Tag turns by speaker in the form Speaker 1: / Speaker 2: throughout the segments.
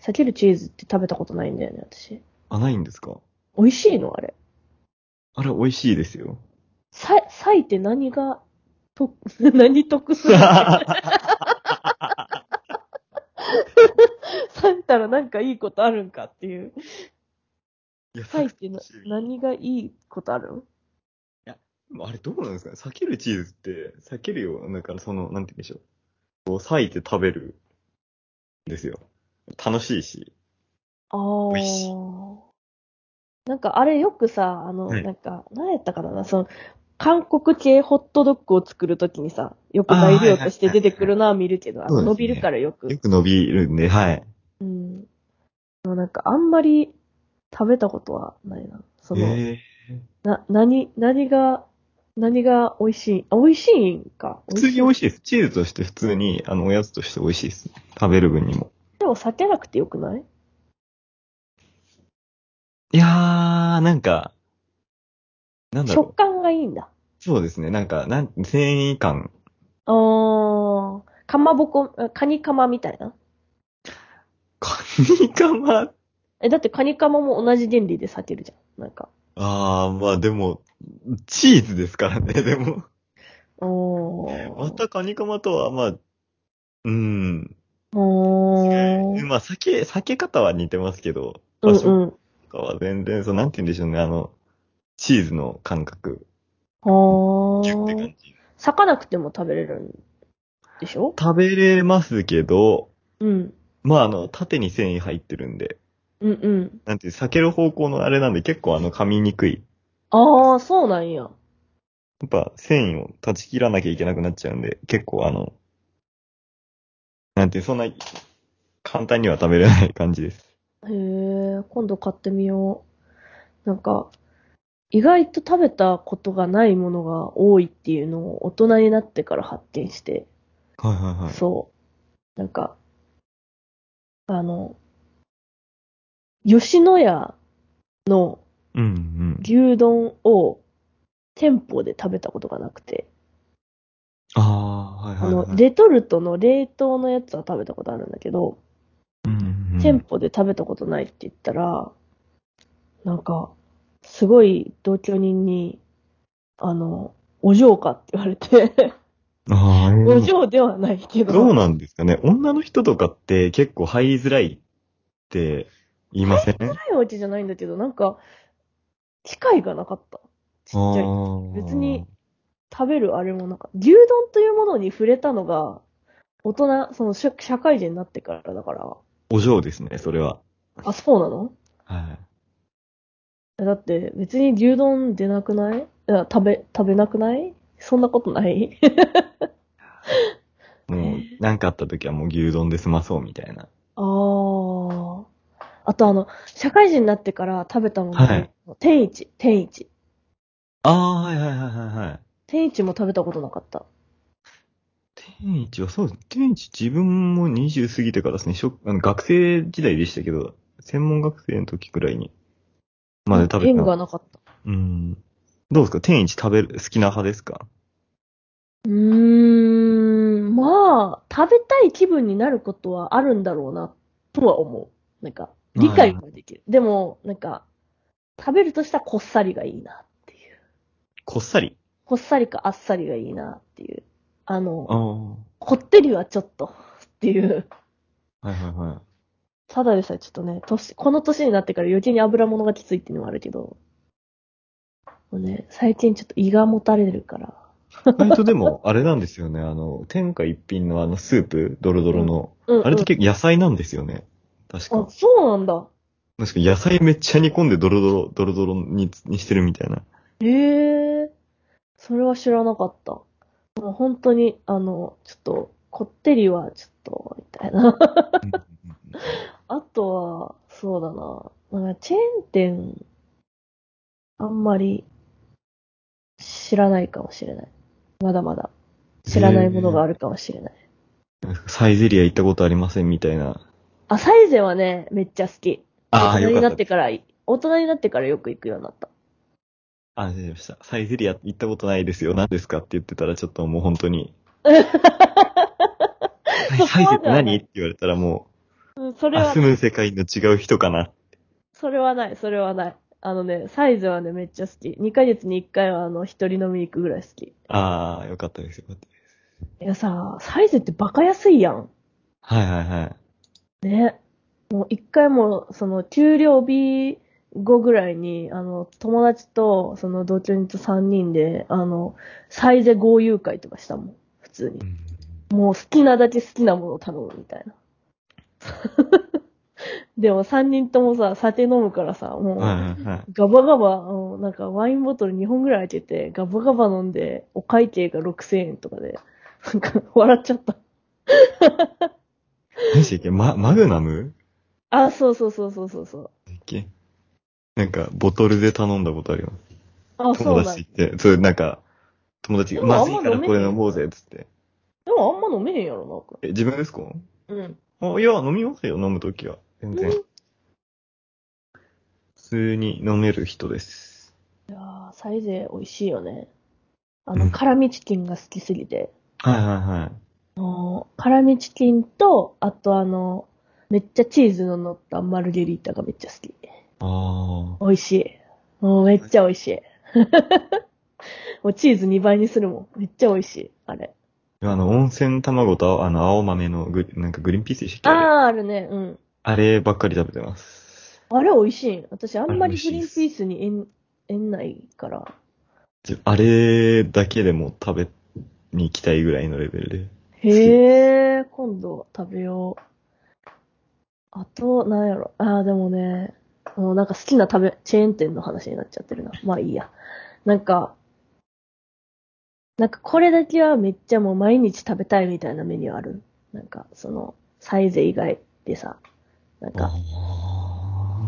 Speaker 1: 裂けるチーズって食べたことないんだよね、私。
Speaker 2: あ、ないんですか
Speaker 1: 美味しいのあれ。
Speaker 2: あれ、美味しいですよ。
Speaker 1: さ、裂いて何が、と、 何得する 裂いたらなんかいいことあるんかっていう。
Speaker 2: いや、
Speaker 1: 裂い
Speaker 2: さ
Speaker 1: てな
Speaker 2: し
Speaker 1: 何がいいことあるん
Speaker 2: あれ、どうなんですかね裂けるチーズって、裂けるよう、なんか、その、なんて言うんでしょう。こう、裂いて食べる、ですよ。楽しいし。
Speaker 1: あ
Speaker 2: 美味しい
Speaker 1: ー。なんかあれよくさ、あの、
Speaker 2: はい
Speaker 1: なんか、何やったかな、その、韓国系ホットドッグを作るときにさ、よく材料として出てくるのは見るけど、あ
Speaker 2: はいはいはい
Speaker 1: の伸
Speaker 2: そうです
Speaker 1: び
Speaker 2: ね
Speaker 1: るからよく。
Speaker 2: よく伸びるんで、はい。
Speaker 1: うん。でもなんかあんまり食べたことはないな。その、
Speaker 2: え
Speaker 1: な、何、何が、何が美味しい、あ、美味しいんか。
Speaker 2: ー、普通に美味
Speaker 1: い。
Speaker 2: しいです。チーズとして普通に、あの、おやつとして美味しいです。食べる分にも。
Speaker 1: でも避けなくてよくない
Speaker 2: いやー、なんか、なんだ
Speaker 1: 食
Speaker 2: ろ
Speaker 1: 感がいいんだ。
Speaker 2: う。そうですね。なんか、なん、繊維感。
Speaker 1: あー、かまぼこ、あカニカマみたいな。
Speaker 2: カニカマ。
Speaker 1: え、だってカニカマも同じ原理で裂けるじゃん。なんか。
Speaker 2: あー、まあでも、チーズですからね、でも。
Speaker 1: お
Speaker 2: ま
Speaker 1: ー。
Speaker 2: たカニカマとは、まあ、うーん。
Speaker 1: おー。
Speaker 2: まあ、避け、避け方は似てますけど、
Speaker 1: う
Speaker 2: 場
Speaker 1: ん
Speaker 2: 所
Speaker 1: うん。
Speaker 2: とかは全然、そう、なんて言うんでしょうね、あの、チーズの感覚。
Speaker 1: お
Speaker 2: ギュって
Speaker 1: ー
Speaker 2: 感。じ。
Speaker 1: 裂かなくても食べれるんでしょ
Speaker 2: 食べれますけど、
Speaker 1: うん。
Speaker 2: まあ、あの、縦に繊維入ってるんで、
Speaker 1: うんうん。
Speaker 2: なんていう、避ける方向のあれなんで結構あの、噛みにくい。
Speaker 1: あー、そうなんや。
Speaker 2: やっぱ繊維を断ち切らなきゃいけなくなっちゃうんで、結構あの、なんていう、そんな、簡単には食べれない感じです。
Speaker 1: へえ、今度買ってみよう。なんか、意外と食べたことがないものが多いっていうのを大人になってから発見して、
Speaker 2: はいはいはい。
Speaker 1: そう。なんか、あの、吉野家の
Speaker 2: うんうん。
Speaker 1: 牛丼を店舗で食べたことがなくて、
Speaker 2: ああ、はい
Speaker 1: あ
Speaker 2: はい、はい。
Speaker 1: の、レトルトの冷凍のやつは食べたことあるんだけど、
Speaker 2: うんうん、
Speaker 1: 店舗で食べたことないって言ったら、なんか、すごい同居人に、あの、お嬢かって言われて、
Speaker 2: ああ、ええ
Speaker 1: お嬢ではないけど、
Speaker 2: どうなんですかね女の人とかって結構入りづらいって言いませんあ
Speaker 1: 深いわけじゃないんだけど、なんか、機会がなかった。ちっちゃい時。
Speaker 2: ー
Speaker 1: 別に。食べるあれもなんか、牛丼というものに触れたのが、大人、その社社会人になってからだから、
Speaker 2: お嬢ですね、それは。
Speaker 1: あ、そうなの
Speaker 2: は
Speaker 1: えだって別に牛丼出なくないいや食べ、食べなくないそんなことない
Speaker 2: い。もう、なんかあった時はもう牛丼で済まそうみたいな。
Speaker 1: ああ。あとあの、社会人になってから食べたもの、
Speaker 2: はい
Speaker 1: 天一、天一。
Speaker 2: ああ、はいはいはいはいはい。
Speaker 1: 天一も食べたことなかった。
Speaker 2: 天一はそうです。天一自分も20過ぎてからですね、しょあの学生時代でしたけど、専門学生の時くらいに。まで食べ
Speaker 1: 縁
Speaker 2: た。
Speaker 1: がなかった。
Speaker 2: うん。どうですか天一食べる、好きな派ですか
Speaker 1: うーん、まあ、食べたい気分になることはあるんだろうな、とは思う。なんか、理解はできる。でも、なんか、食べるとしたらこっさりがいいなっていう。
Speaker 2: こっさり。
Speaker 1: こっさりかあっさりがいいなっていう。あの、
Speaker 2: ああ。は
Speaker 1: こってりはちょっとっていう。
Speaker 2: いはいはい。
Speaker 1: ただでさえちょっとね、年、この年になってから余計に油物がきついっていうのはあるけど。もうね、最近ちょっと胃がもたれるから。
Speaker 2: 割と でも、あれなんですよね。あの、天下一品のあのスープ、ドロドロの。
Speaker 1: うん、うん。
Speaker 2: あれって結構野菜なんですよね。確
Speaker 1: あ
Speaker 2: か、。
Speaker 1: そうなんだ。
Speaker 2: 確か野菜めっちゃ煮込んでドロドロ、ドロドロににしてるみたいな。
Speaker 1: へえ。それは知らなかった。もう本当に、あの、ちょっと、こってりはちょっと、みたいな。 あとは、そうだな。なんかチェーン店、あんまり知らないかもしれない。まだまだ知らないものがあるかもしれない。
Speaker 2: サイゼリア行ったことありませんみたいな。
Speaker 1: あ、サイゼはね、めっちゃ好き。
Speaker 2: ああ、
Speaker 1: 大人
Speaker 2: よ
Speaker 1: に
Speaker 2: か
Speaker 1: な
Speaker 2: っ。
Speaker 1: ったてから、大人になってからよく行くようになった。
Speaker 2: 安心しました。サイゼリア行ったことないですよ。何ですかって言ってたらちょっ ともう本当に。はいサイゼって何って言われたらも
Speaker 1: うん、それ
Speaker 2: あ、
Speaker 1: は
Speaker 2: 住、む世界の違う人かな。
Speaker 1: それはない、それはない。あのね、サイズはね、めっちゃ好き。2ヶ月に1回は、あの、一人飲みに行くぐらい好き。い
Speaker 2: ああ、よかったです、よかったです。
Speaker 1: やさ、サイズってバカ安いやん。
Speaker 2: はいはいはい。
Speaker 1: ね。もう一回も、その、給料日後ぐらいに、あの、友達と、その、同居人と3人で、あの、サイゼ豪遊会とかしたもん。普通に
Speaker 2: う。ん
Speaker 1: もう好きなだけ好きなものを頼むみたいな。 でも3人ともさ、酒飲むからさ、もう、
Speaker 2: はいはいはい。
Speaker 1: ガバガバ、うんなんかワインボトル2本ぐらい開けて、ガバガバ飲んで、お会計が6000円とかで、 なんか笑っちゃった。
Speaker 2: 何でしたっけマ、マグナム
Speaker 1: あ、そうそうそうそうそうそう。
Speaker 2: だっけなんか、ボトルで頼んだことあります。
Speaker 1: あ、そう
Speaker 2: 友
Speaker 1: なん
Speaker 2: 達行って、そう、なんか、友達が、
Speaker 1: でも
Speaker 2: ま
Speaker 1: あ
Speaker 2: ず
Speaker 1: ん
Speaker 2: い
Speaker 1: ま
Speaker 2: から
Speaker 1: 飲め
Speaker 2: これ飲もうぜ、つって。
Speaker 1: でもあんま飲めへんやろな、
Speaker 2: え、自分ですか
Speaker 1: 君。うん。
Speaker 2: あ、いや、飲みますよ、飲むときは。全然。
Speaker 1: うん
Speaker 2: 普通に飲める人です。
Speaker 1: いやーサイゼ美味しいよね。あ
Speaker 2: う
Speaker 1: の、
Speaker 2: ん
Speaker 1: 辛味チキンが好きすぎて。
Speaker 2: はいはいは
Speaker 1: あ
Speaker 2: い。
Speaker 1: のー辛味チキンと、あとあの、めっちゃチーズの乗ったマルゲリータがめっちゃ好き。
Speaker 2: ああ。
Speaker 1: 美味しい。もうめっちゃ美味 しい。もうチーズ2倍にするもん。めっちゃ美味しい。あれ。
Speaker 2: あの、温泉卵と、あの、青豆のグリ、なんかグリーンピースでしたっけ
Speaker 1: あー、あ
Speaker 2: あれ
Speaker 1: るね。うん。
Speaker 2: あればっかり食べてます。
Speaker 1: あれ美味しいん。私あんま
Speaker 2: あれ美味
Speaker 1: り
Speaker 2: し
Speaker 1: グ
Speaker 2: い
Speaker 1: リー
Speaker 2: っ
Speaker 1: ン
Speaker 2: す
Speaker 1: ピースに縁、縁ないから。
Speaker 2: じあれだけでも食べに行きたいぐらいのレベルで。
Speaker 1: へえ、今度食べよう。あと、なんやろ。ああ、でもね、もうなんか好きな食べ、チェーン店の話になっちゃってるな。まあいいや。なんか、なんかこれだけはめっちゃもう毎日食べたいみたいなメニューある。なんか、その、サイゼ以外でさ、なんか、
Speaker 2: あ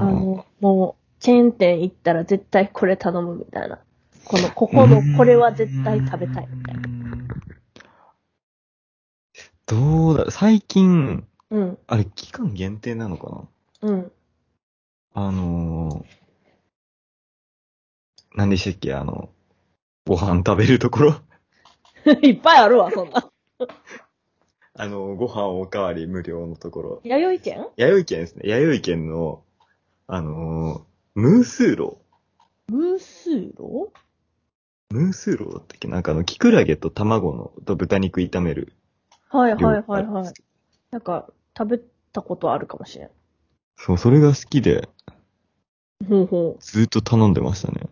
Speaker 1: あの、もう、チェーン店行ったら絶対これ頼むみたいな。この、ここの、これは絶対食べたいみたいな。
Speaker 2: どうだ、最近、
Speaker 1: うん、
Speaker 2: あれ、期間限定なのかな
Speaker 1: うん。
Speaker 2: あのー、何でしたっけ、あの、ご飯食べるところ
Speaker 1: いっぱいあるわ、そん な。
Speaker 2: あの、ご飯おかわり無料のところ。
Speaker 1: 弥生県
Speaker 2: 弥生県ですね。弥生県の、あのー、ムースーロ
Speaker 1: ムースーロ
Speaker 2: ー。ムースーローだったっけなんかあの、キクラゲと卵の、と豚肉炒める。
Speaker 1: はい
Speaker 2: 料
Speaker 1: は
Speaker 2: 理
Speaker 1: いはい
Speaker 2: あるん
Speaker 1: は
Speaker 2: で
Speaker 1: い
Speaker 2: す。
Speaker 1: なんか、食べたことあるかもしれん。
Speaker 2: そう、それが好きで、
Speaker 1: ほうほ
Speaker 2: ずーっと頼んでましたね。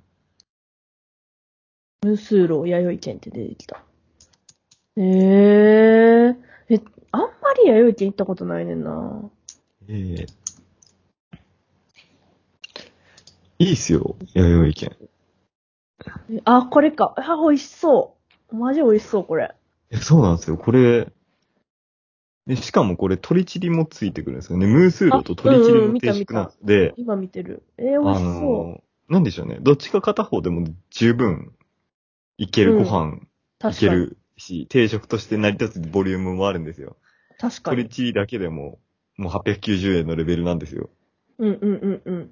Speaker 1: う。ムースーロー、弥生県って出てきた。えー。え、あんまり弥生県行ったことないねんな。
Speaker 2: ええいいっすよ、弥生県。
Speaker 1: えあ、これか。あ、美味しそう。マジ美味しそう、これ。
Speaker 2: え、そうなんですよ。これ、で、しかもこれ、鳥チリもついてくるんですよね。ムースーロと鳥チリの定食なんで、
Speaker 1: 今見てる。えー、美
Speaker 2: あ
Speaker 1: 味しそう。
Speaker 2: のー、なんでしょうね。どっちか片方でも十分、いける
Speaker 1: う
Speaker 2: ご
Speaker 1: ん
Speaker 2: 飯、い
Speaker 1: 確
Speaker 2: け
Speaker 1: かに。
Speaker 2: るし、定食として成り立つボリュームもあるんですよ。
Speaker 1: 確か
Speaker 2: 鳥
Speaker 1: に。
Speaker 2: チリだけでも、もう890円のレベルなんですよ。
Speaker 1: うんうんうんうん。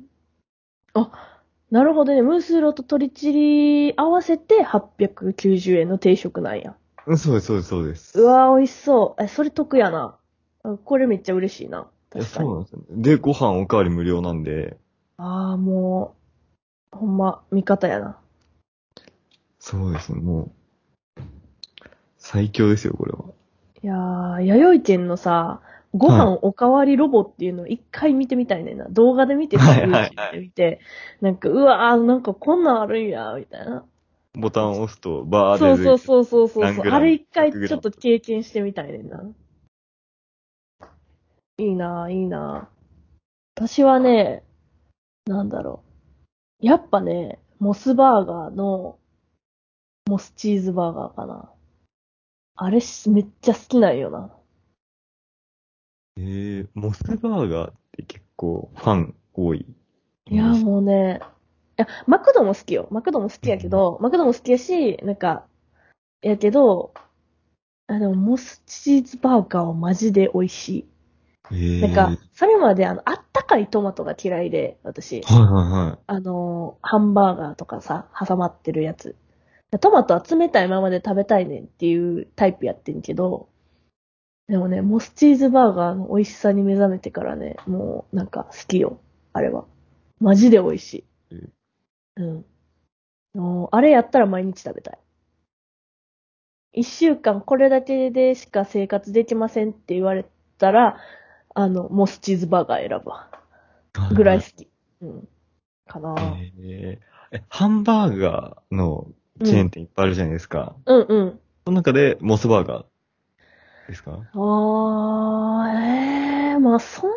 Speaker 1: あ、なるほどね。ムースーローと鶏チリ合わせて890円の定食なんや。
Speaker 2: うん、そうです、そうです、そうです。
Speaker 1: うわー、美味しそう。え、それ得やな。あこれめっちゃ嬉しいな。
Speaker 2: い
Speaker 1: 確
Speaker 2: や
Speaker 1: か
Speaker 2: そ
Speaker 1: に。
Speaker 2: うなんですよ、ね。で、ご飯おかわり無料なんで、
Speaker 1: ああ、もう、ほんま、味方やな。
Speaker 2: そうですね、もう、最強ですよ、これは。
Speaker 1: いやー、弥生県のさ、ご飯おかわりロボっていうのを一回見てみたいねんな。動画で見てみて、
Speaker 2: はいはいはい
Speaker 1: YouTube で見て、なんか、うわー、なんかこんなんあるんや、みたいな。
Speaker 2: ボタンを押すと、バーで
Speaker 1: そう
Speaker 2: 出
Speaker 1: そう
Speaker 2: てきて
Speaker 1: そうそうそう。
Speaker 2: 何グラム
Speaker 1: あれ一回
Speaker 2: 100グラム
Speaker 1: ちょっと経験してみたいねんな。いいなぁ、いいなぁ。私はね、なんだろう。やっぱね、モスバーガーの、モスチーズバーガーかな。あれしめっちゃ好きなんよな。
Speaker 2: えー、モスバーガーって結構ファン多い。
Speaker 1: いや、もうね、いや、マクドも好きよ。マクドも好きやけど、マクドも好きやし、なんか、やけど、あの、モスチーズバーガーはマジで美味しい。
Speaker 2: えー、
Speaker 1: なんか、それまであの、あったかいトマトが嫌いで、私。
Speaker 2: はいはいはい。
Speaker 1: あのー、ハンバーガーとかさ、挟まってるやつ。トマトは冷たいままで食べたいねんっていうタイプやってんけど、でもね、モスチーズバーガーの美味しさに目覚めてからね、もうなんか好きよ。あれは。マジで美味しい。うん。もうあれやったら毎日食べたい。一週間これだけでしか生活できませんって言われたら、あの、モスチーズバーガー選ぶわ。ぐらい好き。うん。かな
Speaker 2: えーえ、ハンバーガーのチェーン店いっぱいあるじゃないですか。
Speaker 1: うんうん。
Speaker 2: その中で、モスバーガーですか
Speaker 1: あー、ええまあそんな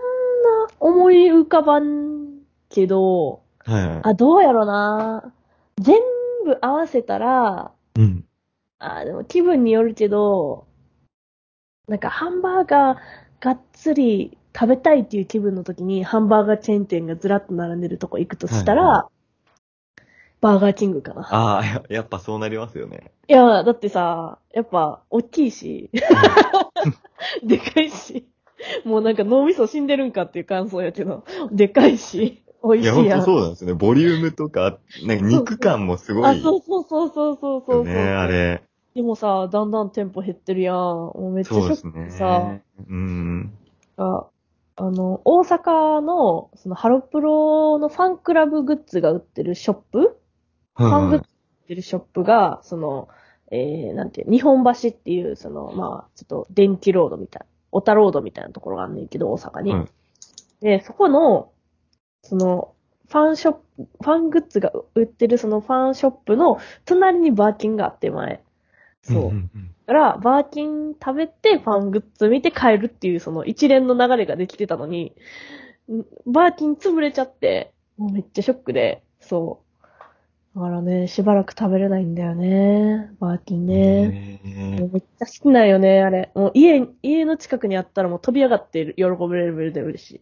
Speaker 1: 思い浮かばんけど、
Speaker 2: はいはい。
Speaker 1: あ、どうやろな。全部合わせたら、
Speaker 2: うん。
Speaker 1: あ、でも気分によるけど、なんかハンバーガーがっつり食べたいっていう気分の時にハンバーガーチェーン店がずらっと並んでるとこ行くとしたら、
Speaker 2: はいは
Speaker 1: バーガーキングかな。
Speaker 2: ああ、やや っぱそうなりますよね。
Speaker 1: いや、だってさ、やっぱ、大きいし、でかいし、もうなんか脳みそ死んでるんかっていう感想やけど、でかいし、美
Speaker 2: い
Speaker 1: 味
Speaker 2: や、
Speaker 1: し
Speaker 2: 本
Speaker 1: いやん。
Speaker 2: 当そうなんですよね。ボリュームとか、なんか肉感もすご
Speaker 1: あ、
Speaker 2: い。
Speaker 1: そうそうそうそうそうそう。
Speaker 2: ね、あれ。
Speaker 1: でもさ、だんだん店舗減ってるやん。もうめっちゃシ
Speaker 2: そうで
Speaker 1: ョ
Speaker 2: す
Speaker 1: ック
Speaker 2: ね
Speaker 1: で。さ、
Speaker 2: うん。
Speaker 1: ああの、大阪の、そのハロプロのファンクラブグッズが売ってるショップ
Speaker 2: はい
Speaker 1: ファング
Speaker 2: は
Speaker 1: ッ
Speaker 2: い
Speaker 1: ズ売ってるショップが、その、えー、なんていう、日本橋っていう、その、まあ、ちょっと電気ロードみたいな、オタロードみたいなところがあんねんけど、大阪に。
Speaker 2: はい
Speaker 1: で、そこの、その、ファンショップ、ファングッズが売ってるそのファンショップの隣にバーキンがあって前。そう。
Speaker 2: んん
Speaker 1: だから、バーキン食べて、ファングッズ見て帰るっていう、その一連の流れができてたのに、んバーキン潰れちゃって、もうめっちゃショックで、そう。だからね、しばらく食べれないんだよね、バーキン
Speaker 2: うん。
Speaker 1: ね。
Speaker 2: え
Speaker 1: もうめっちゃ好きなんよね、あれ。もう家、家の近くにあったらもう飛び上がって喜べるレベルで嬉しい。